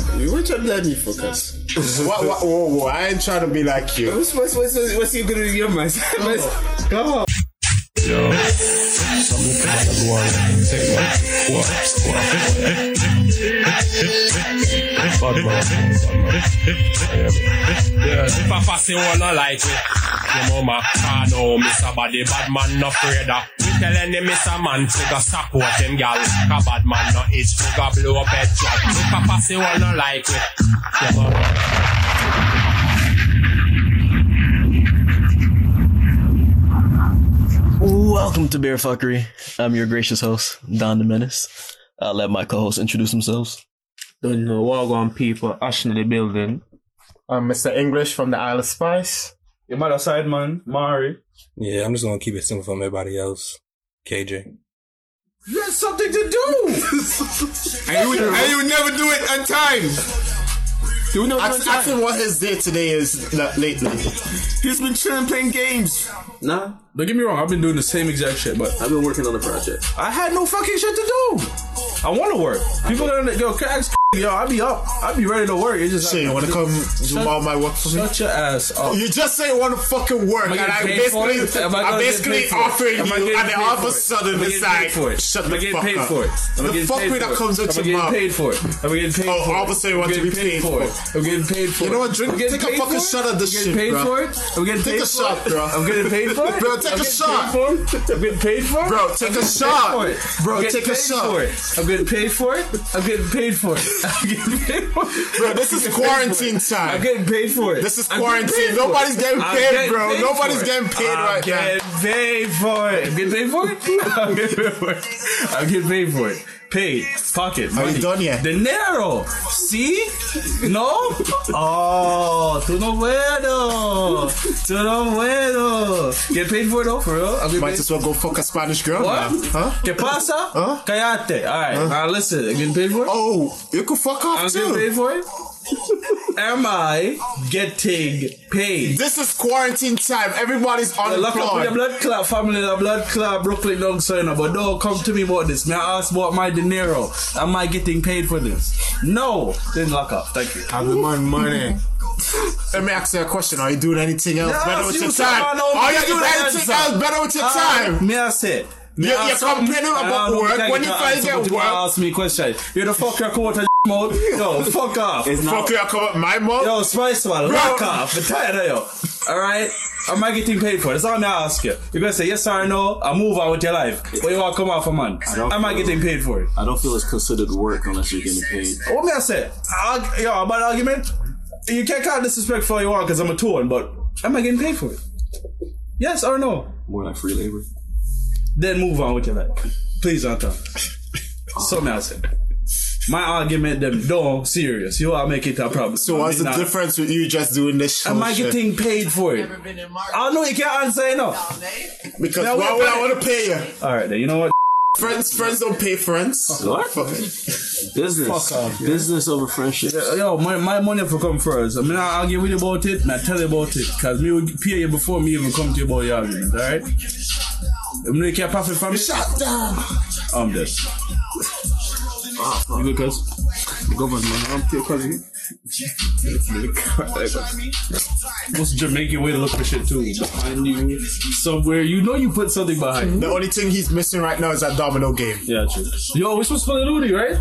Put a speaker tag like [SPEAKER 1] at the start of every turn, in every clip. [SPEAKER 1] Which one do I need focus?
[SPEAKER 2] Wha- wha- whoa, whoa, I ain't trying to be like you.
[SPEAKER 1] What's, what's, what's, what's, what's you gonna do? Your mess. Come on.
[SPEAKER 3] Yeah, if I pass you wanna "Oh, like it. Your mama, I know miss a body, bad man no afraid of. We tell any miss a man to go support him, gal. A bad man no itch to go blow up head job. If I pass you wanna "Oh, like it. Your mama.
[SPEAKER 4] Welcome to Bear Fuckery. I'm your gracious host, Don the Menace. I'll let my co-hosts introduce themselves.
[SPEAKER 1] Don't know. Wagwan people, Ash in the building.
[SPEAKER 2] I'm Mr. English from the Isle of Spice.
[SPEAKER 5] Your mother side man, Mari.
[SPEAKER 6] Yeah, I'm just gonna keep it simple from everybody else. KJ.
[SPEAKER 1] That's something to do!
[SPEAKER 7] And you, and you never do it on time.
[SPEAKER 1] do know
[SPEAKER 2] Ask, ask him what his day today is la- lately.
[SPEAKER 7] He's been chilling playing games.
[SPEAKER 5] Nah,
[SPEAKER 7] Don't get me wrong, I've been doing the same exact shit, but
[SPEAKER 5] I've been working on a project.
[SPEAKER 7] I had no fucking shit to do. I want to work. People don't yo, can I ask yo, I be up, I be ready to work. It's just
[SPEAKER 2] Shit, you wanna come do
[SPEAKER 7] Shut-
[SPEAKER 2] all my work for me?
[SPEAKER 7] Shut your ass up.
[SPEAKER 2] You just say you wanna fucking work, and
[SPEAKER 7] Am I
[SPEAKER 2] I
[SPEAKER 7] getting paid for
[SPEAKER 2] basically,
[SPEAKER 7] it? Am I
[SPEAKER 2] I'm
[SPEAKER 7] gonna get
[SPEAKER 2] basically
[SPEAKER 7] paid for it?
[SPEAKER 2] offering
[SPEAKER 7] Am I
[SPEAKER 2] you,
[SPEAKER 7] getting
[SPEAKER 2] and then
[SPEAKER 7] paid
[SPEAKER 2] all of
[SPEAKER 7] for
[SPEAKER 2] a
[SPEAKER 7] it?
[SPEAKER 2] sudden
[SPEAKER 7] Am I getting
[SPEAKER 2] decide,
[SPEAKER 7] paid for it?
[SPEAKER 2] shut
[SPEAKER 7] Am I
[SPEAKER 2] the
[SPEAKER 7] getting
[SPEAKER 2] fuck
[SPEAKER 7] paid
[SPEAKER 2] up.
[SPEAKER 7] for it? Am I
[SPEAKER 2] The
[SPEAKER 7] getting
[SPEAKER 2] fuck
[SPEAKER 7] paid
[SPEAKER 2] with that
[SPEAKER 7] for it?
[SPEAKER 2] comes out
[SPEAKER 7] Am I
[SPEAKER 2] your
[SPEAKER 7] getting
[SPEAKER 2] mouth.
[SPEAKER 7] paid for it? Am I getting paid
[SPEAKER 2] Oh,
[SPEAKER 7] for it?
[SPEAKER 2] all of a sudden
[SPEAKER 7] Am I
[SPEAKER 2] you want to
[SPEAKER 7] getting
[SPEAKER 2] be paid for
[SPEAKER 7] it? Am I getting paid for it?
[SPEAKER 2] You know what, drink-
[SPEAKER 7] Am I getting
[SPEAKER 2] take a
[SPEAKER 7] paid
[SPEAKER 2] fucking
[SPEAKER 7] for it?
[SPEAKER 2] shot of this
[SPEAKER 7] I'm
[SPEAKER 2] shit,
[SPEAKER 7] getting paid
[SPEAKER 2] bro.
[SPEAKER 7] for it? Am I getting
[SPEAKER 2] Take
[SPEAKER 7] paid
[SPEAKER 2] a
[SPEAKER 7] for
[SPEAKER 2] shot,
[SPEAKER 7] it?
[SPEAKER 2] bro.
[SPEAKER 7] I'm getting paid for it?
[SPEAKER 2] Bro, take
[SPEAKER 7] I'm
[SPEAKER 2] a
[SPEAKER 7] getting
[SPEAKER 2] shot.
[SPEAKER 7] paid for it? I'm getting paid for it?
[SPEAKER 2] Bro, take
[SPEAKER 7] I'm
[SPEAKER 2] a
[SPEAKER 7] getting
[SPEAKER 2] shot.
[SPEAKER 7] paid for it.
[SPEAKER 2] Bro,
[SPEAKER 7] I'm getting
[SPEAKER 2] take a
[SPEAKER 7] paid
[SPEAKER 2] shot.
[SPEAKER 7] for it. I'm getting paid for it? I'm getting paid for it. I'm getting paid for it.
[SPEAKER 2] Bro, this is quarantine time.
[SPEAKER 7] I'm getting paid for it.
[SPEAKER 2] This is
[SPEAKER 7] I'm getting
[SPEAKER 2] quarantine.
[SPEAKER 7] paid for
[SPEAKER 2] Nobody's
[SPEAKER 7] it.
[SPEAKER 2] getting
[SPEAKER 7] I'm
[SPEAKER 2] paid, bro.
[SPEAKER 7] for
[SPEAKER 2] Nobody's
[SPEAKER 7] it.
[SPEAKER 2] getting paid
[SPEAKER 7] I'm
[SPEAKER 2] right now.
[SPEAKER 7] getting paid for it. I'm getting paid for it. I'm getting paid for it. I'm getting paid for it. Paid. Pocket.
[SPEAKER 2] Are we
[SPEAKER 7] money.
[SPEAKER 2] done yet?
[SPEAKER 7] Dinero. See? No? Oh, tú no puedo. Tú no puedo. Get paid for it though, for real. I'm getting
[SPEAKER 2] Might
[SPEAKER 7] paid
[SPEAKER 2] as well go fuck a Spanish girl
[SPEAKER 7] What?
[SPEAKER 2] now. Huh?
[SPEAKER 7] ¿Qué pasa?
[SPEAKER 2] Huh?
[SPEAKER 7] Callate. All right. Now listen. I'm getting paid for it.
[SPEAKER 2] Oh, you could fuck off
[SPEAKER 7] I'm getting
[SPEAKER 2] too.
[SPEAKER 7] paid for it. Am I getting paid?
[SPEAKER 2] This is quarantine time. Everybody's on
[SPEAKER 7] The
[SPEAKER 2] the
[SPEAKER 7] lock up with your
[SPEAKER 2] floor.
[SPEAKER 7] blood clot family, the blood clot Brooklyn don't sign up. But don't come to me about this. May I ask about my dinero? Am I getting paid for this? No. Then lock up. Thank you.
[SPEAKER 2] Have the money, money. Let me ask you a question. Are you doing anything else
[SPEAKER 7] Yes,
[SPEAKER 2] better with
[SPEAKER 7] you
[SPEAKER 2] your
[SPEAKER 7] said I
[SPEAKER 2] time?
[SPEAKER 7] know
[SPEAKER 2] Are you
[SPEAKER 7] better
[SPEAKER 2] doing
[SPEAKER 7] than
[SPEAKER 2] anything
[SPEAKER 7] that.
[SPEAKER 2] else better with your
[SPEAKER 7] Uh,
[SPEAKER 2] time?
[SPEAKER 7] Ah, May I say?
[SPEAKER 2] You-
[SPEAKER 7] may I
[SPEAKER 2] you're
[SPEAKER 7] ask something?
[SPEAKER 2] complaining
[SPEAKER 7] I
[SPEAKER 2] about
[SPEAKER 7] don't
[SPEAKER 2] work
[SPEAKER 7] think
[SPEAKER 2] when
[SPEAKER 7] I
[SPEAKER 2] you
[SPEAKER 7] can
[SPEAKER 2] finally
[SPEAKER 7] answer,
[SPEAKER 2] get
[SPEAKER 7] but you
[SPEAKER 2] work.
[SPEAKER 7] Ask me question. You're the fuck your quota mode. Yo, fuck off.
[SPEAKER 2] Fuck you, I come up my mom.
[SPEAKER 7] Yo, Spice Man, rock off. I'm tired of you. Alright? Am I getting paid for it? That's all I'm gonna ask you. You're gonna say yes or no, I move on with your life. What you wanna come out for, man?
[SPEAKER 5] don't
[SPEAKER 7] Am I
[SPEAKER 5] feel-
[SPEAKER 7] getting paid for it?
[SPEAKER 5] I don't feel it's considered work unless you're getting paid.
[SPEAKER 7] What may I say? Arg- yo, about argument? You can't call disrespect for all you want because I'm a tone, but am I getting paid for it? Yes or no?
[SPEAKER 5] More like free labor.
[SPEAKER 7] Then move on with your life. Please, Anton. so may I say? My argument, them, don't, serious. You are making it a problem.
[SPEAKER 2] So what's the
[SPEAKER 7] Nah.
[SPEAKER 2] difference with you just doing this Oh, shit?
[SPEAKER 7] Am I getting paid for it? I know you can't answer enough.
[SPEAKER 2] Because
[SPEAKER 7] Now
[SPEAKER 2] why
[SPEAKER 7] we're
[SPEAKER 2] would I
[SPEAKER 7] back.
[SPEAKER 2] want to pay you?
[SPEAKER 7] All right, then you know what?
[SPEAKER 2] Friends, friends don't pay friends.
[SPEAKER 5] What? Business. Business over friendship.
[SPEAKER 7] Yo, my, my money for come first. I mean, I'll argue with you about it and I tell you about it. Because me will pay you before me even come to you about your argument, alright? I'm not care profit from it.
[SPEAKER 2] Shut down. Ah,
[SPEAKER 7] I'm dead. You good, cuz?
[SPEAKER 5] Government. I'm still cousin.
[SPEAKER 7] What's Jamaican way to look for shit, too? Behind you. Somewhere. You know you put something behind.
[SPEAKER 2] The only thing he's missing right now is that domino game.
[SPEAKER 7] Yeah, true. Yo, we supposed to play Looney, right?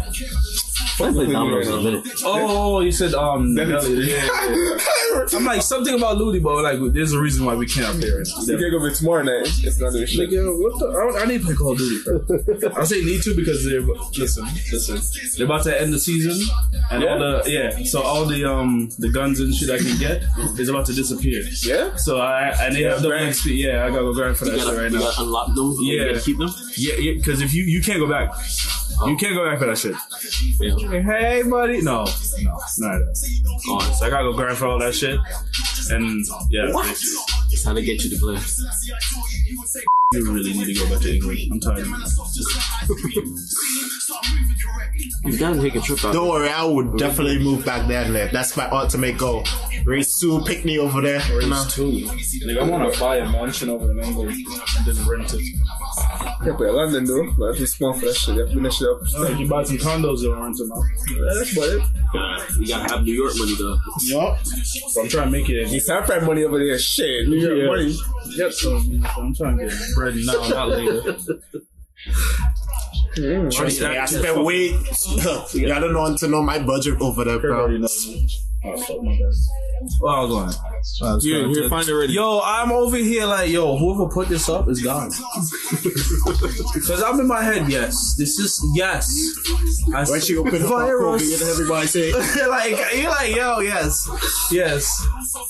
[SPEAKER 5] I play dominoes in a minute.
[SPEAKER 7] Oh, you said, um, Nelly. Yeah, yeah, yeah. I'm like, something about Looney, but like, there's a reason why we can't play right now.
[SPEAKER 8] You're gonna be tomorrow night. It's not doing
[SPEAKER 7] Like,
[SPEAKER 8] shit.
[SPEAKER 7] yo, what the? I, don't- I need to play Call of Duty. Bro. I say need to because they're listen, listen. They're about to end the season, and all the yeah. So all the um the guns and shit I can get is about to disappear.
[SPEAKER 8] Yeah?
[SPEAKER 7] So I and they have the next XP. Yeah, I gotta go grind for that
[SPEAKER 5] You
[SPEAKER 7] shit
[SPEAKER 5] gotta,
[SPEAKER 7] right
[SPEAKER 5] you
[SPEAKER 7] now.
[SPEAKER 5] gotta unlock them. and
[SPEAKER 7] Yeah.
[SPEAKER 5] You gotta keep them.
[SPEAKER 7] Yeah, yeah. Because if you you can't go back. You can't go back for that shit.
[SPEAKER 5] Yeah.
[SPEAKER 7] Hey, buddy. No, no, not that.
[SPEAKER 5] Oh,
[SPEAKER 7] So I gotta go grind for all that shit. And yeah, basically.
[SPEAKER 5] it's how they get you to play.
[SPEAKER 7] you really need to go back to England. I'm tired. of it.
[SPEAKER 5] You gotta take a trip out.
[SPEAKER 2] Don't worry, I would definitely move back there and live. That's my ultimate goal. Race two, pick me over there. you know?
[SPEAKER 7] Like I want to buy a mansion over in England and then rent it.
[SPEAKER 9] Yeah, but London though, but too small for that shit. You have to finish it up.
[SPEAKER 10] Like you buy some condos or rent them out.
[SPEAKER 9] Yeah, that's about it.
[SPEAKER 7] We gotta have New York money though.
[SPEAKER 10] So I'm trying to make it.
[SPEAKER 9] You start prime money over there, shit. New York money.
[SPEAKER 10] Yep. So I'm trying to get bread now, not later.
[SPEAKER 2] Trust me, I spent way. Y'all don't want to know my budget over there, bro.
[SPEAKER 7] Well, I was going.
[SPEAKER 9] You you find it ready.
[SPEAKER 7] Yo, I'm over here like, yo, whoever put this up is gone. Because I'm in my head, yes. This is, yes. I
[SPEAKER 2] When she opened up her
[SPEAKER 7] Virus.
[SPEAKER 2] Kobe and everybody say,
[SPEAKER 7] like, you're like, yo, yes. Yes.
[SPEAKER 5] Oh,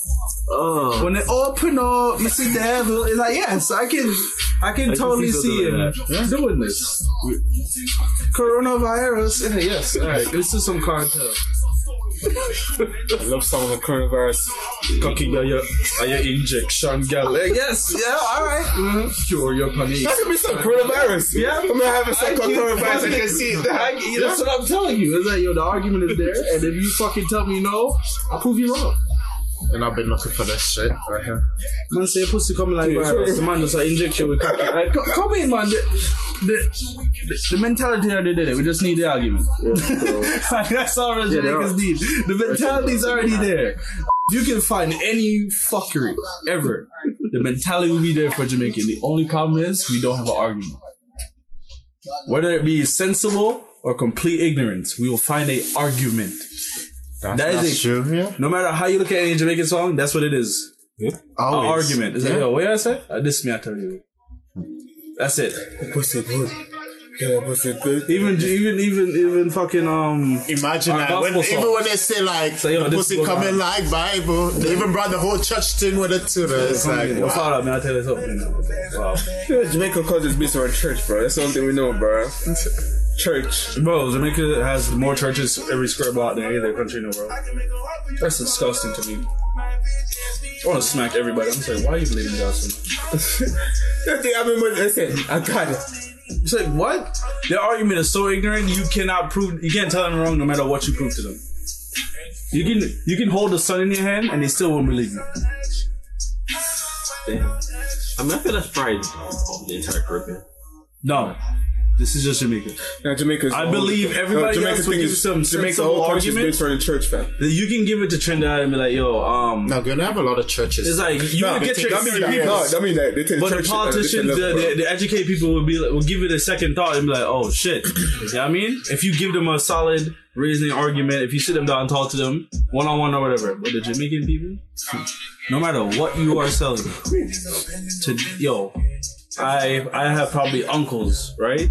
[SPEAKER 9] Oh.
[SPEAKER 7] When they open up, you see the devil. It's like, yes, I can, I can totally see him doing this. Coronavirus. and Yes. All right. This is some cartel.
[SPEAKER 9] I love some of the coronavirus. Cocky yo yo.
[SPEAKER 10] Are you injection, girl? Like,
[SPEAKER 7] Uh, Yes. Yeah. All
[SPEAKER 10] cure your panic.
[SPEAKER 9] Mm-hmm. That could be some coronavirus.
[SPEAKER 7] Yeah.
[SPEAKER 9] I'm gonna have a second
[SPEAKER 7] I keep-
[SPEAKER 9] coronavirus. I can see
[SPEAKER 7] I,
[SPEAKER 9] that.
[SPEAKER 7] you know, that's what I'm telling you. It's like, yo, the argument is there, and if you fucking tell me no, I'll prove you wrong.
[SPEAKER 2] and I've been looking for this shit. Right here.
[SPEAKER 7] Man, say pussy coming like virus. The man just like inject you with cocaine. Like, co- come in, man. The, the, the, the mentality already there. We just need the argument. like, that's all that you niggas need. The mentality's already there. You can find any fuckery ever. The mentality will be there for Jamaican. The only problem is we don't have an argument. Whether it be sensible or complete ignorance, we will find a argument. That's
[SPEAKER 2] That's true, yeah.
[SPEAKER 7] no matter how you look at any Jamaican song, that's what it is. An
[SPEAKER 2] Always.
[SPEAKER 7] argument. It's like, yo, what did I say? Uh, this me, I tell you. That's it.
[SPEAKER 9] Pussy good. Yeah, pussy good.
[SPEAKER 7] Even, even, even, even fucking, um,
[SPEAKER 2] Imagine
[SPEAKER 7] Our
[SPEAKER 2] that. When,
[SPEAKER 7] gospel song.
[SPEAKER 2] even when they say like
[SPEAKER 7] Say, yo,
[SPEAKER 2] the
[SPEAKER 7] this
[SPEAKER 2] pussy
[SPEAKER 7] goes
[SPEAKER 2] coming
[SPEAKER 7] on.
[SPEAKER 2] like Bible, they even brought the whole church thing with it too. though. It's like
[SPEAKER 7] yo,
[SPEAKER 2] wow.
[SPEAKER 7] follow up, man, I tell you something. Wow.
[SPEAKER 9] Yeah, Jamaica calls this based on church, bro. That's the only thing we know, bro. Church.
[SPEAKER 7] Bro, Jamaica has more churches every square block than any other country in the world. That's disgusting to me. I want to smack everybody. I'm just like, why are you believing God so much?
[SPEAKER 9] That thing I remember. Listen, I got it.
[SPEAKER 7] It's like, what? Their argument is so ignorant. You cannot prove. You can't tell them wrong, no matter what you prove to them. You can you can hold the sun in your hand, and they still won't believe you.
[SPEAKER 5] I mean, I feel that's probably the entire Caribbean.
[SPEAKER 7] No, this is just Jamaica.
[SPEAKER 9] Now Jamaica's.
[SPEAKER 7] I believe everybody else will give some
[SPEAKER 9] Jamaica's
[SPEAKER 7] sensible
[SPEAKER 9] whole culture is
[SPEAKER 7] argument.
[SPEAKER 9] based on the church, fam.
[SPEAKER 7] That you can give it to Trinidad and be like, yo, um,
[SPEAKER 2] Now gonna have a lot of churches.
[SPEAKER 7] it's like you
[SPEAKER 2] No,
[SPEAKER 7] would
[SPEAKER 2] they
[SPEAKER 7] get
[SPEAKER 2] take-
[SPEAKER 7] your
[SPEAKER 2] I mean,
[SPEAKER 7] your
[SPEAKER 2] yeah,
[SPEAKER 7] people.
[SPEAKER 9] No, I mean like they take
[SPEAKER 7] But the
[SPEAKER 9] church uh, at a different
[SPEAKER 7] politicians, the,
[SPEAKER 9] level, bro.
[SPEAKER 7] the, the educated people will be like, will give it a second thought and be like, oh shit. you know what I mean? If you give them a solid reasoning argument, if you sit them down and talk to them one on one or whatever, but the Jamaican people, no matter what you are selling, to yo, I I have probably uncles, right?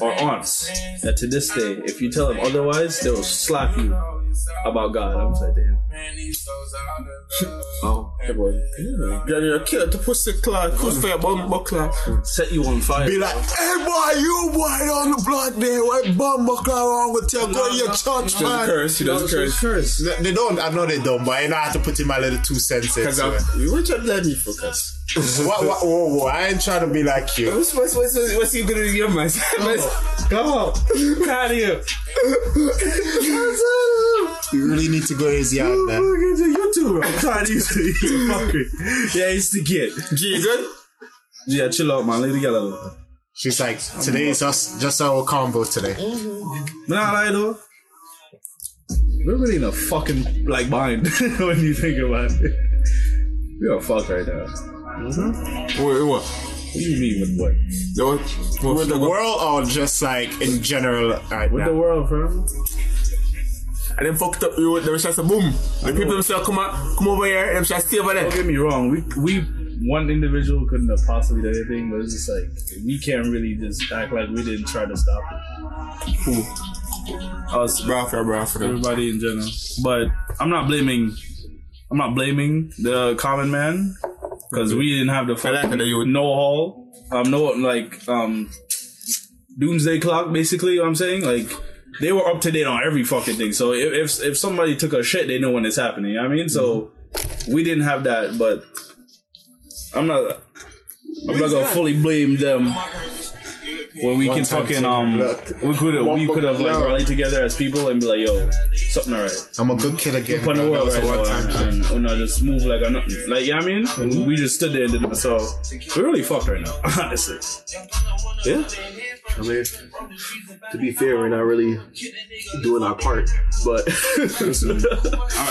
[SPEAKER 7] Or aunts that to this day, if you tell them otherwise, they will slap you about God. I'm just like, damn.
[SPEAKER 9] Oh, hey boy. Yeah, you're a kid. The pussy clock. Who's for your bum buckler?
[SPEAKER 7] Set you on fire.
[SPEAKER 2] Be like, hey boy, you white on the block there, white bum buckle wrong with you, go to your church,
[SPEAKER 9] Doesn't
[SPEAKER 2] man.
[SPEAKER 9] curse. He doesn't Ah, curse.
[SPEAKER 7] curse.
[SPEAKER 2] They- They don't, I know they don't, but you know, I have to put in my little two cents in.
[SPEAKER 9] Cause
[SPEAKER 2] so-
[SPEAKER 9] I'm. What you let me focus?
[SPEAKER 2] What, what, whoa, whoa, I ain't trying to be like you.
[SPEAKER 9] What's what's what's, what's, what's you gonna do to your man?
[SPEAKER 7] Out of here.
[SPEAKER 2] You really need to go easy out there.
[SPEAKER 7] You too. I'm trying to use it. You fucker. Yeah, it's the kid.
[SPEAKER 9] G, you good?
[SPEAKER 7] Yeah, chill out, man. Let it get a little.
[SPEAKER 2] She's like, today is just, just our combo today.
[SPEAKER 7] Nah, lie though. We're really in a fucking like bind when you think about it. We are fucked right now. What
[SPEAKER 9] Mm-hmm. Wait, what?
[SPEAKER 7] do you mean with what?
[SPEAKER 9] The what? what
[SPEAKER 2] The world or just like in general right
[SPEAKER 7] With the
[SPEAKER 2] now?
[SPEAKER 7] world, fam.
[SPEAKER 9] and then fucked up. You the shots boom. The people themselves come out, come over here, and them shots stay over there.
[SPEAKER 7] Don't get me wrong. We we one individual couldn't have possibly done anything, but it's just like we can't really just act like we didn't try to stop it. Us,
[SPEAKER 9] Bra for bra for them.
[SPEAKER 7] everybody in general. But I'm not blaming. I'm not blaming the common man because we didn't have the
[SPEAKER 9] I like that you would.
[SPEAKER 7] no hall, um, no like um, doomsday clock. Basically, you know what I'm saying like they were up to date on every fucking thing. So if if, if somebody took a shit, they know when it's happening. You know what I mean, so we didn't have that, but I'm not. I'm not gonna fully blame them where we can
[SPEAKER 2] time
[SPEAKER 7] fucking
[SPEAKER 2] to
[SPEAKER 7] um,
[SPEAKER 2] look.
[SPEAKER 7] we could have we
[SPEAKER 2] One
[SPEAKER 7] could have like
[SPEAKER 2] look.
[SPEAKER 7] rallied together as people and be like, yo, something alright.
[SPEAKER 2] I'm a good kid again.
[SPEAKER 7] Put the
[SPEAKER 2] man. That
[SPEAKER 7] world
[SPEAKER 2] was
[SPEAKER 7] right
[SPEAKER 2] a
[SPEAKER 7] now
[SPEAKER 2] one
[SPEAKER 7] and,
[SPEAKER 2] time.
[SPEAKER 7] and, and I just move like I nothing. Like, you know what I mean?
[SPEAKER 11] Mm-hmm.
[SPEAKER 7] We just stood there and did it. So, we're really fucked right now, honestly.
[SPEAKER 11] Yeah. I mean, to be fair, we're not really doing our part, but
[SPEAKER 7] I'm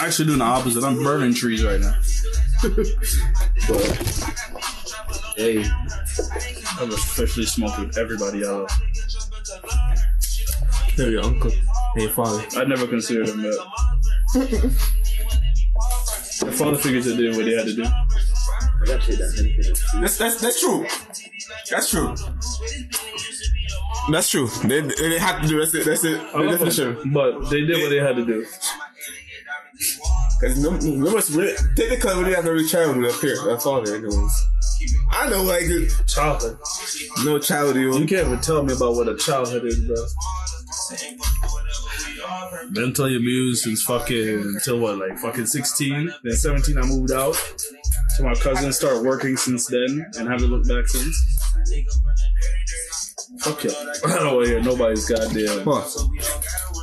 [SPEAKER 7] actually doing the opposite. I'm burning trees right now.
[SPEAKER 11] hey,
[SPEAKER 7] I'm officially smoking everybody I love.
[SPEAKER 12] They're your uncle. And your father.
[SPEAKER 7] I never considered them that. The father figures are doing what they had to do.
[SPEAKER 11] I got to that.
[SPEAKER 9] That's that's that's true. That's true. That's true. They they they have to do that's it. That's it. The definition.
[SPEAKER 7] But they did what they had to do.
[SPEAKER 9] Because no, no one's really technically we didn't have every child with a parent. That's all they're doing. I know, like
[SPEAKER 7] Childhood.
[SPEAKER 9] no child
[SPEAKER 7] You
[SPEAKER 9] you.
[SPEAKER 7] can't even tell me about what a childhood is, bro. Mentally abused since fucking until what, like fucking sixteen. Then seventeen, I moved out. So my cousin started working since then, and haven't looked back since. Fuck you. I don't want to hear nobody's goddamn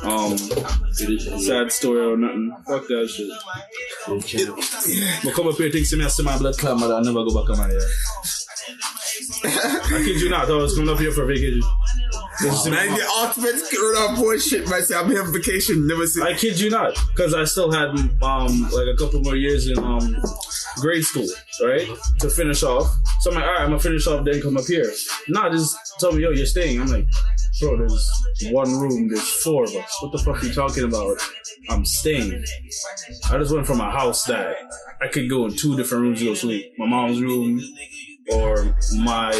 [SPEAKER 7] um sad story or nothing. Fuck that shit. But come up here, think to me, I see my blood clot, but I never go back on my head. I kid you not, I was coming up here for vacation.
[SPEAKER 9] Man, the ultimate scared off bullshit, man. Say, I'll be on vacation, never see.
[SPEAKER 7] I kid you not, because I still had um like a couple more years in um grade school, right, to finish off. So I'm like, all right, I'm gonna finish off, then come up here. Nah, just tell me, yo, you're staying. I'm like, bro, there's one room, there's four of us. What the fuck are you talking about? I'm staying. I just went from a house that I could go in two different rooms to go sleep. My mom's room. Or my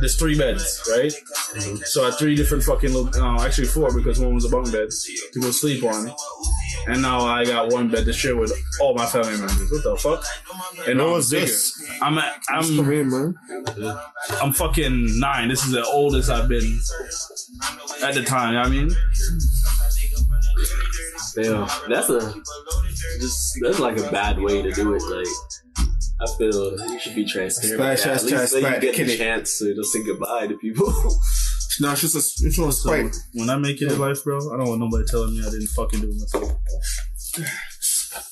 [SPEAKER 7] there's three beds, right?
[SPEAKER 2] Mm-hmm.
[SPEAKER 7] So I had three different fucking lo- uh, actually four because one was a bunk bed to go sleep on. And now I got one bed to share with all my family members. What the fuck? And
[SPEAKER 2] When
[SPEAKER 7] I'm
[SPEAKER 2] was
[SPEAKER 7] bigger.
[SPEAKER 2] this?
[SPEAKER 7] I'm at, I'm
[SPEAKER 9] Hey, man.
[SPEAKER 7] I'm fucking nine. This is the oldest I've been at the time. You know what I mean,
[SPEAKER 5] Damn, that's a just that's like a bad way to do it. Like, I feel you should be transparent.
[SPEAKER 2] Splash,
[SPEAKER 5] Yeah,
[SPEAKER 2] splash,
[SPEAKER 5] at least
[SPEAKER 2] splash,
[SPEAKER 5] then
[SPEAKER 2] splash,
[SPEAKER 5] you get
[SPEAKER 2] kill
[SPEAKER 5] the
[SPEAKER 2] it.
[SPEAKER 5] chance to just say goodbye to people.
[SPEAKER 9] No, it's just a it's just a spike.
[SPEAKER 7] when I make it in life, bro, I don't want nobody telling me I didn't fucking do it myself.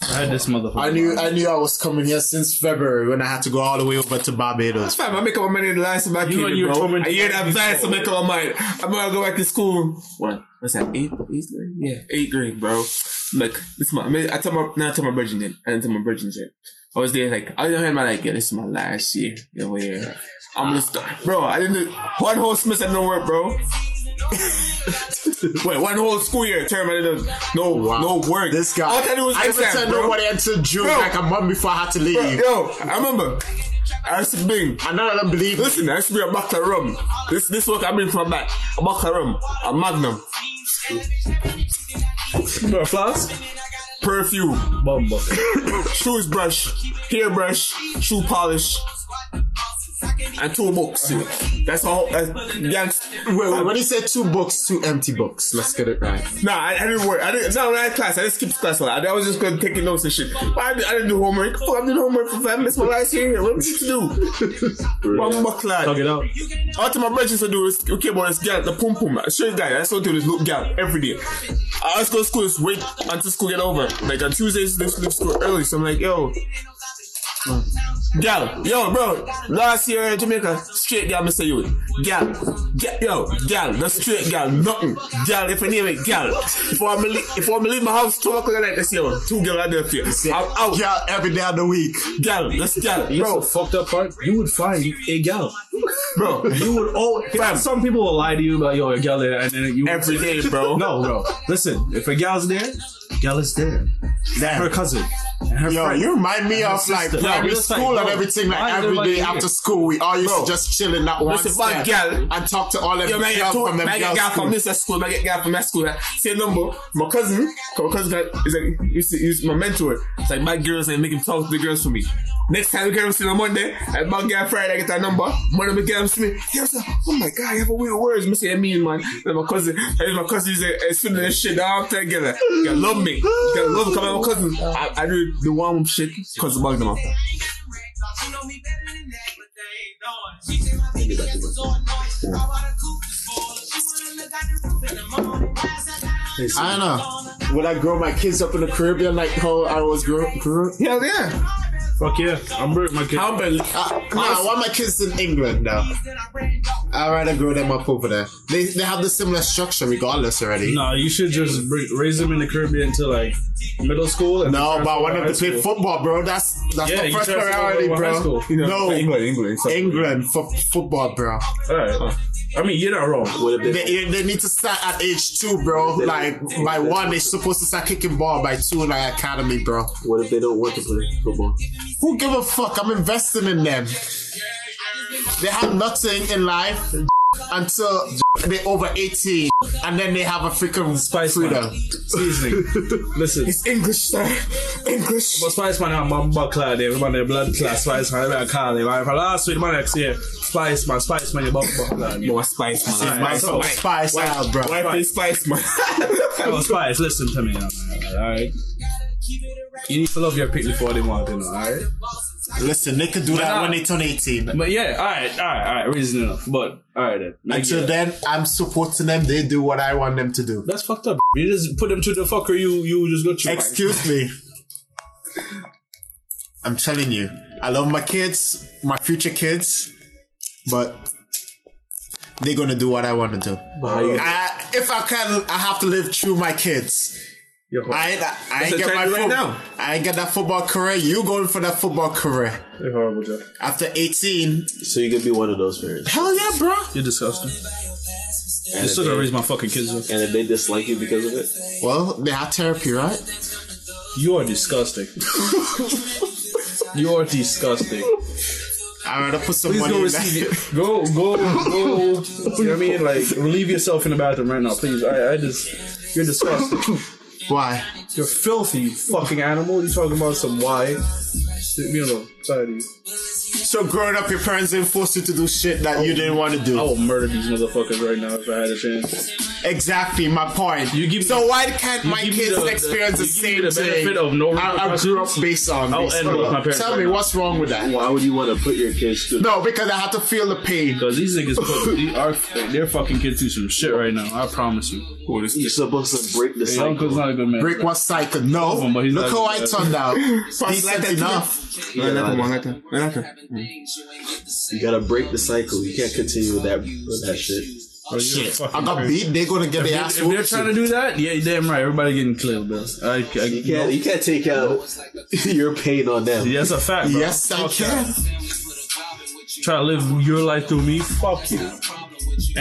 [SPEAKER 7] I had this motherfucker.
[SPEAKER 2] I knew I knew I was coming here since February when I had to go all the way over to Barbados.
[SPEAKER 9] Fam, I make up my money in the last back
[SPEAKER 7] You
[SPEAKER 9] here,
[SPEAKER 7] and your
[SPEAKER 9] bro.
[SPEAKER 7] tormented
[SPEAKER 9] A year in advance, I make up my mind. I'm gonna go back to school. What? What's that? Eighth, eighth grade? Yeah, eighth grade, bro. Like this month, I, mean, I tell my, now I tell my virgin then. I didn't tell my virgin yet. I was there like, I don't have my like, yeah, this is my last year. You know, where I'm gonna start, bro. I didn't do one whole semester, no work, bro. Wait, one whole school year term, I didn't no
[SPEAKER 2] Wow.
[SPEAKER 9] no work.
[SPEAKER 2] This guy.
[SPEAKER 9] all I did was
[SPEAKER 2] I didn't
[SPEAKER 9] exam,
[SPEAKER 2] tell
[SPEAKER 9] bro.
[SPEAKER 2] nobody until June,
[SPEAKER 9] Bro.
[SPEAKER 2] like a month before I had to leave.
[SPEAKER 9] Bro, Yo, I remember. I used to bring
[SPEAKER 2] And none of them believe me.
[SPEAKER 9] Listen, I used to be a bottle of rum. This this work I bring from back. A bottle of rum, a magnum,
[SPEAKER 7] Bro, floss,
[SPEAKER 9] perfume,
[SPEAKER 7] bumble.
[SPEAKER 9] shoes brush, hair brush, shoe polish, and two books. yo. That's all. That's gangs.
[SPEAKER 2] Wait, wait, when he said two books, two empty books. Let's get it right.
[SPEAKER 9] Nah, I, I didn't work. I didn't. No, when I had class, I just skipped class a lot. I was just gonna take notes and shit. But I, didn't- I didn't do homework. Fuck, I'm doing homework for fam. It's my last year. What am I supposed to do? One buck lad.
[SPEAKER 7] Talk it out.
[SPEAKER 9] All to my brothers to do is okay, boy, this girl, the pum pum. I show you guys, I saw to this little girl every day. I always go to school, just wait until school get over. Like on Tuesdays, they leave school early, so I'm like, yo. Gal, yo, bro, last year in Jamaica, straight gal, Mr. You. Gal, gal, yo, gal, the straight gal, nothing. Gal, if I name it, gal. If I'm leave, if I'm leave my house, 12 o'clock at night this year, two gal out there for you. I'm out,
[SPEAKER 2] Yeah, every day of the week.
[SPEAKER 9] gal, let's gal,
[SPEAKER 7] Bro,
[SPEAKER 9] bro,
[SPEAKER 7] fucked up part. You would find a gal.
[SPEAKER 9] bro,
[SPEAKER 7] You would all.
[SPEAKER 9] Fam.
[SPEAKER 7] Some people will lie to you about yo, a gal, there, and then you
[SPEAKER 9] every day, bro.
[SPEAKER 7] No, bro. Listen, if a gal's there, gal is there. Her
[SPEAKER 2] Damn.
[SPEAKER 7] cousin and her
[SPEAKER 2] Yo,
[SPEAKER 7] friend.
[SPEAKER 2] you remind me of like
[SPEAKER 7] sister.
[SPEAKER 2] primary
[SPEAKER 7] Yeah, just like,
[SPEAKER 2] school and
[SPEAKER 7] bro,
[SPEAKER 2] everything.
[SPEAKER 7] why
[SPEAKER 2] Like
[SPEAKER 7] is
[SPEAKER 2] every
[SPEAKER 7] everybody
[SPEAKER 2] day
[SPEAKER 7] here?
[SPEAKER 2] after school, we all used
[SPEAKER 9] Bro.
[SPEAKER 2] to just chill in that one
[SPEAKER 9] Listen, my
[SPEAKER 2] step
[SPEAKER 9] gal-
[SPEAKER 2] and talk to all them
[SPEAKER 9] Yo, man,
[SPEAKER 2] girls
[SPEAKER 9] I
[SPEAKER 2] from
[SPEAKER 9] told,
[SPEAKER 2] them
[SPEAKER 9] man, I get
[SPEAKER 2] girls
[SPEAKER 9] guy
[SPEAKER 2] school.
[SPEAKER 9] from this school, I get guy from that school. Like, same number. My cousin, my cousin got, is like, he's, he's my mentor. It's like, my girls ain't making talk to the girls for me. Next time the girls see me on Monday, and my guy Friday, I get that number. Monday, my girls see me. Yeah, so, oh my god, you have a weird words. Must say, I mean, man. And my cousin, and my cousin, uh, he's like, as soon as that shit, I'm together. You love me. You love me. Come on, my cousin. I, I do the warm up shit, cause the bug them after.
[SPEAKER 11] Think about it.
[SPEAKER 2] I don't know. Would I grow my kids up in the Caribbean like how I was grew, grew up? Hell yeah.
[SPEAKER 7] Fuck yeah. I'm bringing my kid.
[SPEAKER 9] How about
[SPEAKER 2] Uh, no, I want my kids in England now. I'd rather grow them up over there. They, they have the similar structure regardless already.
[SPEAKER 7] No, you should just bring, raise them in the Caribbean until like middle school. And
[SPEAKER 2] No, but I want
[SPEAKER 7] wanted
[SPEAKER 2] them to play football, bro. That's that's
[SPEAKER 7] Yeah,
[SPEAKER 2] the
[SPEAKER 7] you
[SPEAKER 2] first
[SPEAKER 7] transfer over
[SPEAKER 2] priority,
[SPEAKER 7] to high
[SPEAKER 2] bro.
[SPEAKER 7] school.
[SPEAKER 2] No,
[SPEAKER 9] England, England. So.
[SPEAKER 2] England for football, bro.
[SPEAKER 7] All right. I mean, you're not wrong.
[SPEAKER 5] Would have been
[SPEAKER 2] They, they need to start at age two, bro. Like by one, they're supposed to start kicking ball. By two, like academy, bro.
[SPEAKER 5] what if they don't want to play football?
[SPEAKER 2] Who give a fuck? I'm investing in them. They have nothing in life until they're over 18, and then they have a freaking
[SPEAKER 7] Spice
[SPEAKER 2] freedom.
[SPEAKER 7] man. Seasoning. Listen.
[SPEAKER 2] It's English, sir. English.
[SPEAKER 7] But Spice Man have my blood clot there, man their blood clot, Spice Man, they call him. Like, for last week, man, next year, Spice Man, Spice Man, your bump clot.
[SPEAKER 9] You want spice, man.
[SPEAKER 2] My soul spice out, bro.
[SPEAKER 9] Why play spice, man?
[SPEAKER 7] Yo, Spice, listen to me, alright? You need to love your people for what they want, you know, alright?
[SPEAKER 2] Listen, they could do that
[SPEAKER 7] nah.
[SPEAKER 2] when they turn 18.
[SPEAKER 7] But yeah, alright, alright, alright, reason enough. But, alright then. Like,
[SPEAKER 2] Until
[SPEAKER 7] yeah.
[SPEAKER 2] then, I'm supporting them. They do what I want them to do.
[SPEAKER 7] That's fucked up. You just put them to the fucker, you you just go to
[SPEAKER 2] Excuse me. I'm telling you, I love my kids, my future kids, but they're gonna do what I want to do. I, if I can, I have to live through my kids. I ain't, I ain't
[SPEAKER 9] what
[SPEAKER 2] get
[SPEAKER 9] you're
[SPEAKER 2] my
[SPEAKER 9] trying to do right
[SPEAKER 2] foot-
[SPEAKER 9] now.
[SPEAKER 2] I ain't get that football career. You going for that football career?
[SPEAKER 7] horrible, Jeff.
[SPEAKER 2] After 18,
[SPEAKER 5] So you could be one of those parents.
[SPEAKER 2] hell yeah, bro.
[SPEAKER 7] You're disgusting.
[SPEAKER 5] And
[SPEAKER 7] You
[SPEAKER 5] if,
[SPEAKER 7] still gonna
[SPEAKER 5] they,
[SPEAKER 7] raise my fucking kids up.
[SPEAKER 5] and if they dislike you because of it,
[SPEAKER 2] Well, they have therapy, right?
[SPEAKER 7] You are disgusting. you are disgusting.
[SPEAKER 2] I rather put some
[SPEAKER 7] Please
[SPEAKER 2] money
[SPEAKER 7] go
[SPEAKER 2] in
[SPEAKER 7] receive
[SPEAKER 2] that.
[SPEAKER 7] it. Go, go, go. you know what I mean? Like, relieve yourself in the bathroom right now, please. I, I just, you're disgusting.
[SPEAKER 2] Why?
[SPEAKER 7] You're filthy, you fucking animal. You're talking about some why. You know, sorry.
[SPEAKER 2] So growing up, your parents didn't force you to do shit that you didn't want to do.
[SPEAKER 7] I will murder these motherfuckers right now if I had a chance.
[SPEAKER 2] Exactly, my point.
[SPEAKER 7] You give
[SPEAKER 2] so why can't my
[SPEAKER 7] give me
[SPEAKER 2] kids
[SPEAKER 7] the-
[SPEAKER 2] experience the,
[SPEAKER 7] the- you
[SPEAKER 2] same
[SPEAKER 7] give me the
[SPEAKER 2] thing?
[SPEAKER 7] benefit of no
[SPEAKER 2] I, I grew up
[SPEAKER 7] repercussions?
[SPEAKER 2] based on.
[SPEAKER 7] I'll
[SPEAKER 2] based
[SPEAKER 7] end
[SPEAKER 2] on-
[SPEAKER 7] with my parents
[SPEAKER 2] Tell
[SPEAKER 7] right
[SPEAKER 2] me
[SPEAKER 7] now.
[SPEAKER 2] what's wrong with that?
[SPEAKER 5] why would you want to put your kids through?
[SPEAKER 2] No, because I had to feel the pain.
[SPEAKER 7] Because these niggas, put, they are, they're fucking kids through some shit right now. I promise you.
[SPEAKER 5] You're supposed to break the
[SPEAKER 7] Your uncle's
[SPEAKER 5] cycle.
[SPEAKER 7] not a good man.
[SPEAKER 2] Break what cycle? No,
[SPEAKER 7] him, but he's
[SPEAKER 2] look
[SPEAKER 7] not-
[SPEAKER 2] how I turned out. Decent
[SPEAKER 9] that
[SPEAKER 2] enough.
[SPEAKER 5] You gotta, you gotta break the cycle. You can't continue with that with that shit.
[SPEAKER 2] Shit, I got beat. They're gonna get their ass
[SPEAKER 7] If they're
[SPEAKER 2] whooped.
[SPEAKER 7] trying to do that, yeah, you're damn right. Everybody getting killed, bro. I, I,
[SPEAKER 5] You can't you can't take out your pain on them.
[SPEAKER 7] Yeah, that's a fact. Bro.
[SPEAKER 2] Yes, I
[SPEAKER 7] Okay.
[SPEAKER 2] can.
[SPEAKER 7] Try to live your life through me. Fuck you,
[SPEAKER 2] Nah,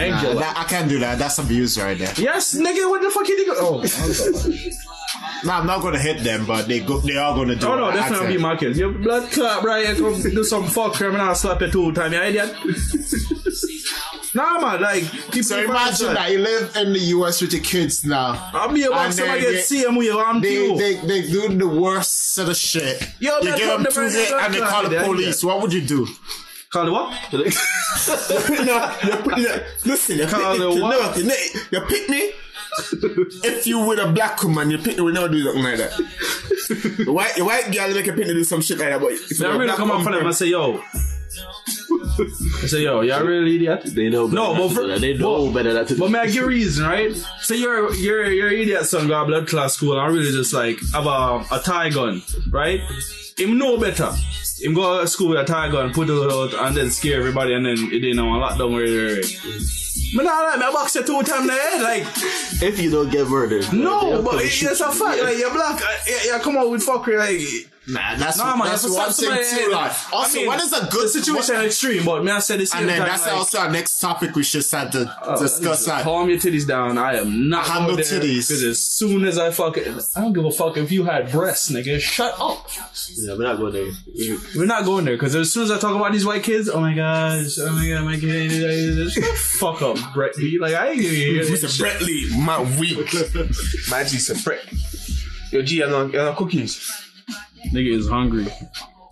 [SPEAKER 7] Angela.
[SPEAKER 2] that- I can't do that. That's abuse right there.
[SPEAKER 7] Yes, nigga, what the fuck you nigga? Oh,
[SPEAKER 2] Nah, I'm not gonna hit them, but they go. They are gonna do.
[SPEAKER 7] Oh, no, no,
[SPEAKER 2] it. I
[SPEAKER 7] that's not
[SPEAKER 2] said.
[SPEAKER 7] be my kids. Your blood clot, right? You come do some fuck crime and I'll slap you two time, you idiot. nah, man, like, keep
[SPEAKER 2] So
[SPEAKER 7] your
[SPEAKER 2] imagine
[SPEAKER 7] friends,
[SPEAKER 2] that you live in the U.S. with your kids now.
[SPEAKER 7] I'll be a box
[SPEAKER 2] And
[SPEAKER 7] and I
[SPEAKER 2] they-
[SPEAKER 7] get see him with your arm
[SPEAKER 2] They,
[SPEAKER 7] too.
[SPEAKER 2] they they do the worst set of shit.
[SPEAKER 7] Yo,
[SPEAKER 2] you
[SPEAKER 7] man,
[SPEAKER 2] give
[SPEAKER 7] come
[SPEAKER 2] them
[SPEAKER 7] to
[SPEAKER 2] two
[SPEAKER 7] my
[SPEAKER 2] hit and they
[SPEAKER 7] restaurant,
[SPEAKER 2] call the
[SPEAKER 7] yeah.
[SPEAKER 2] police. What would you do?
[SPEAKER 7] Call it what?
[SPEAKER 9] Listen, you
[SPEAKER 7] Call
[SPEAKER 9] pick
[SPEAKER 7] it
[SPEAKER 9] me. You,
[SPEAKER 7] what?
[SPEAKER 9] know, you, know, you pick me. if you with a black woman, you pick me. We never do something like that. the white, the white girl make a pick me do some shit like that. But if you
[SPEAKER 7] Then
[SPEAKER 9] with
[SPEAKER 7] I
[SPEAKER 9] a
[SPEAKER 7] really
[SPEAKER 9] black
[SPEAKER 7] come up
[SPEAKER 9] woman,
[SPEAKER 7] for them and say, yo. I say, yo, y'all really idiot?
[SPEAKER 5] They know better
[SPEAKER 7] No,
[SPEAKER 5] not
[SPEAKER 7] but
[SPEAKER 5] to
[SPEAKER 7] for-
[SPEAKER 5] do that. They know
[SPEAKER 7] but-
[SPEAKER 5] better not to do
[SPEAKER 7] But man, give reason, right? So you're you're you're an idiot son got blood clot school and really just like have a, a tie gun, right? Him know better. Him go to school with a tie gun, put it out and then scare everybody and then it didn't know lockdown right, right, right. Man, I like me I box you two times in the head, like
[SPEAKER 5] if you don't get murdered.
[SPEAKER 7] no,
[SPEAKER 5] they'll
[SPEAKER 7] but
[SPEAKER 5] come
[SPEAKER 7] it-
[SPEAKER 5] shoot
[SPEAKER 7] it's a
[SPEAKER 5] you.
[SPEAKER 7] fact. Like you're black, uh, yeah, yeah, come on with fuckery, like
[SPEAKER 2] Nah, that's
[SPEAKER 7] Nah, man,
[SPEAKER 2] that's
[SPEAKER 7] that's
[SPEAKER 2] one
[SPEAKER 7] what's up
[SPEAKER 2] thing
[SPEAKER 7] to my
[SPEAKER 2] too.
[SPEAKER 7] head.
[SPEAKER 2] Like, also,
[SPEAKER 7] I mean,
[SPEAKER 2] what is a good
[SPEAKER 7] situation
[SPEAKER 2] situation?
[SPEAKER 7] extreme. But man, I said this,
[SPEAKER 2] And then that's
[SPEAKER 7] like, Uh,
[SPEAKER 2] also our next topic we should start to discuss. Like,
[SPEAKER 7] Calm your titties down. I am not.
[SPEAKER 2] I have no
[SPEAKER 7] out there
[SPEAKER 2] titties.
[SPEAKER 7] Because as soon as I fuck it, I don't give a fuck if you had breasts, nigga. Shut up.
[SPEAKER 5] Yeah, we're not going there. You-
[SPEAKER 7] We're not going there because as soon as I talk about these white kids, oh my gosh, oh my god, my kid, shut the fuck up, Brett. B. Like I ain't gonna hear
[SPEAKER 9] Mr.
[SPEAKER 7] this.
[SPEAKER 9] Brett Lee, my week. my G, Mr. Brett. Yo, G, I'm on, I'm on cookies.
[SPEAKER 7] Nigga is hungry.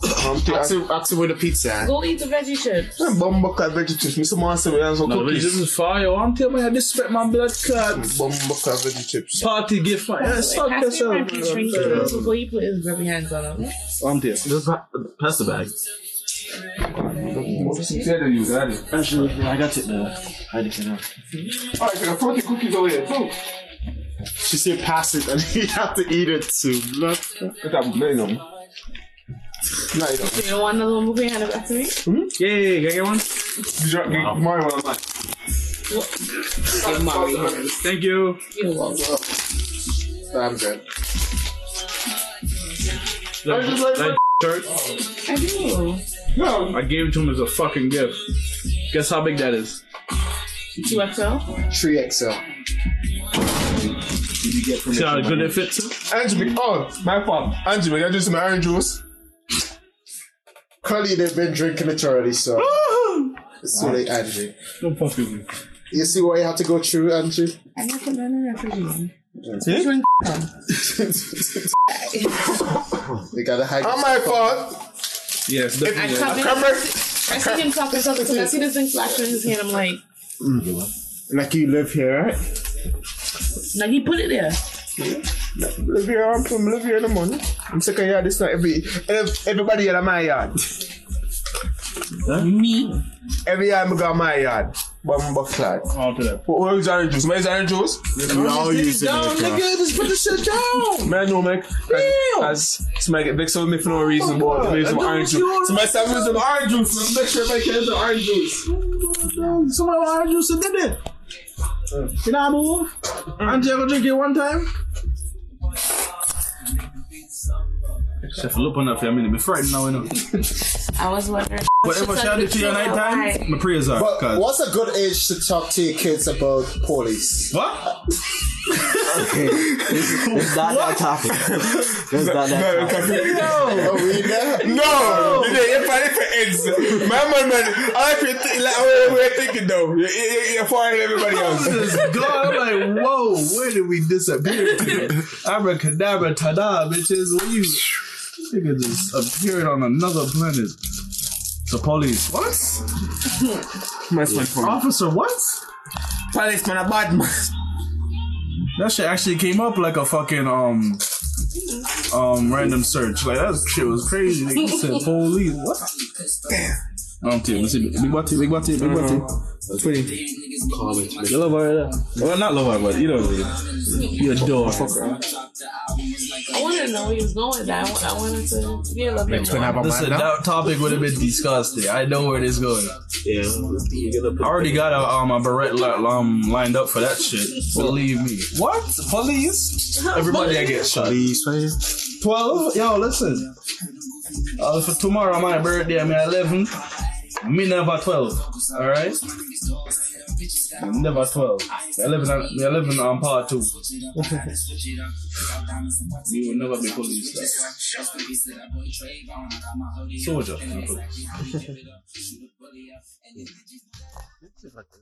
[SPEAKER 2] Acting, acting with a pizza.
[SPEAKER 11] Go eat the veggie chips.
[SPEAKER 9] I'm bumbo cut vegetables. Mr. Monster, I'm on
[SPEAKER 7] No, but this
[SPEAKER 9] cookies.
[SPEAKER 7] is fire. Oh, I'm telling you, I disrespect my blood clot.
[SPEAKER 9] Bumbo cut vegetables.
[SPEAKER 7] Party gift, man. Yeah, suck
[SPEAKER 11] Pass me a
[SPEAKER 7] yourself.
[SPEAKER 11] package drink to them before you put his grubby hands on them.
[SPEAKER 7] I'm there.
[SPEAKER 5] Just pa- pass the bag.
[SPEAKER 4] Actually, I got it now. I didn't know.
[SPEAKER 9] Alright, so I got fucking cookies over here too.
[SPEAKER 2] She said pass it and you have to eat it too. Blood.
[SPEAKER 9] Look at me, no. Not enough.
[SPEAKER 11] Do you want another one? We'll bring it back to me.
[SPEAKER 9] Yeah, yeah, yeah. Can I get one? Did you wow. get Mario one of mine?
[SPEAKER 7] Thank you.
[SPEAKER 11] You're welcome.
[SPEAKER 9] Nah, I'm good.
[SPEAKER 7] That, that shirt
[SPEAKER 11] I do.
[SPEAKER 9] No.
[SPEAKER 7] I gave it to him as a fucking gift. Guess how big that is?
[SPEAKER 11] 2XL?
[SPEAKER 9] 3XL.
[SPEAKER 7] See how good it fits?
[SPEAKER 9] Andrew, oh, my fault. Andrew, I just my orange juice.
[SPEAKER 2] Curly, they've been drinking it already, so it's too late, Andrew.
[SPEAKER 7] No fucking me.
[SPEAKER 2] You see why you have to go through, Andrew?
[SPEAKER 11] I never put that in the refrigerator.
[SPEAKER 2] You gotta hide.
[SPEAKER 9] Not my fault.
[SPEAKER 7] Yes,
[SPEAKER 11] I
[SPEAKER 7] definitely.
[SPEAKER 11] come in.
[SPEAKER 9] Come
[SPEAKER 11] I see him talking something because I see this thing flashing in his hand. I'm like,
[SPEAKER 2] Like you live here, right?
[SPEAKER 11] now he put it there.
[SPEAKER 9] Live here, I'm from live here in the morning. I'm sick of yard. It's not every ev- everybody in my yard.
[SPEAKER 11] Me.
[SPEAKER 9] Every yard I got my yard. Bum buckler.
[SPEAKER 7] All to that.
[SPEAKER 9] What is orange juice? Where's orange juice?
[SPEAKER 2] We're all using it.
[SPEAKER 9] just put the shit down. Man, no, man. As somebody get vexed with me for no reason, but I made some orange juice. Somebody said I made some orange juice. Make sure everybody can the orange juice. Somebody want orange juice and did it. You know what I'm Auntie, I go drink it one time.
[SPEAKER 7] Chef, look on that for a minute. Me frightened now, you know.
[SPEAKER 11] I was wondering.
[SPEAKER 7] Whatever shout it to your night time, my prayers are.
[SPEAKER 2] But
[SPEAKER 7] 'cause-
[SPEAKER 2] what's a good age to talk to your kids about police?
[SPEAKER 7] What?
[SPEAKER 4] It's not that topic. It's not that topic.
[SPEAKER 2] Are we there?
[SPEAKER 9] No, you didn't. If I if it ends, my man, man, I feel th- like we're, we're thinking though. You're, you're, you're foreign to everybody else.
[SPEAKER 7] This God, I'm like, whoa, where did we disappear to? Abracadabra, ta-da, bitches, what you? Nigga just appeared on another planet. The police. What? Officer, what?
[SPEAKER 9] Policeman, a bad man.
[SPEAKER 7] That shit actually came up like a fucking, um, um, random search. Like, that shit was crazy. Like, you said police, what? Damn. Um, team, let's see. Big body, big body, big body.
[SPEAKER 9] Uh-huh.
[SPEAKER 7] Pretty. You love her, yeah. Well, not love her, but you know what I mean. You adore her.
[SPEAKER 11] I wanted to know where he was going with that. I, wa- I wanted to be a little bit more.
[SPEAKER 7] Listen, that topic would have been discussed. There. I know where this going.
[SPEAKER 13] Yeah. You're gonna
[SPEAKER 7] I already got a, um, a beret li- um, lined up for that shit. Believe me. What? Police? Everybody I get shot.
[SPEAKER 2] Police, man.
[SPEAKER 7] 12? Yo, listen. Uh, for tomorrow, my birthday, I'm at 11. Me never 12. Alright? Never 12. Me 11, on- me 11 on um, part 2. we will never be police. though. Soldier.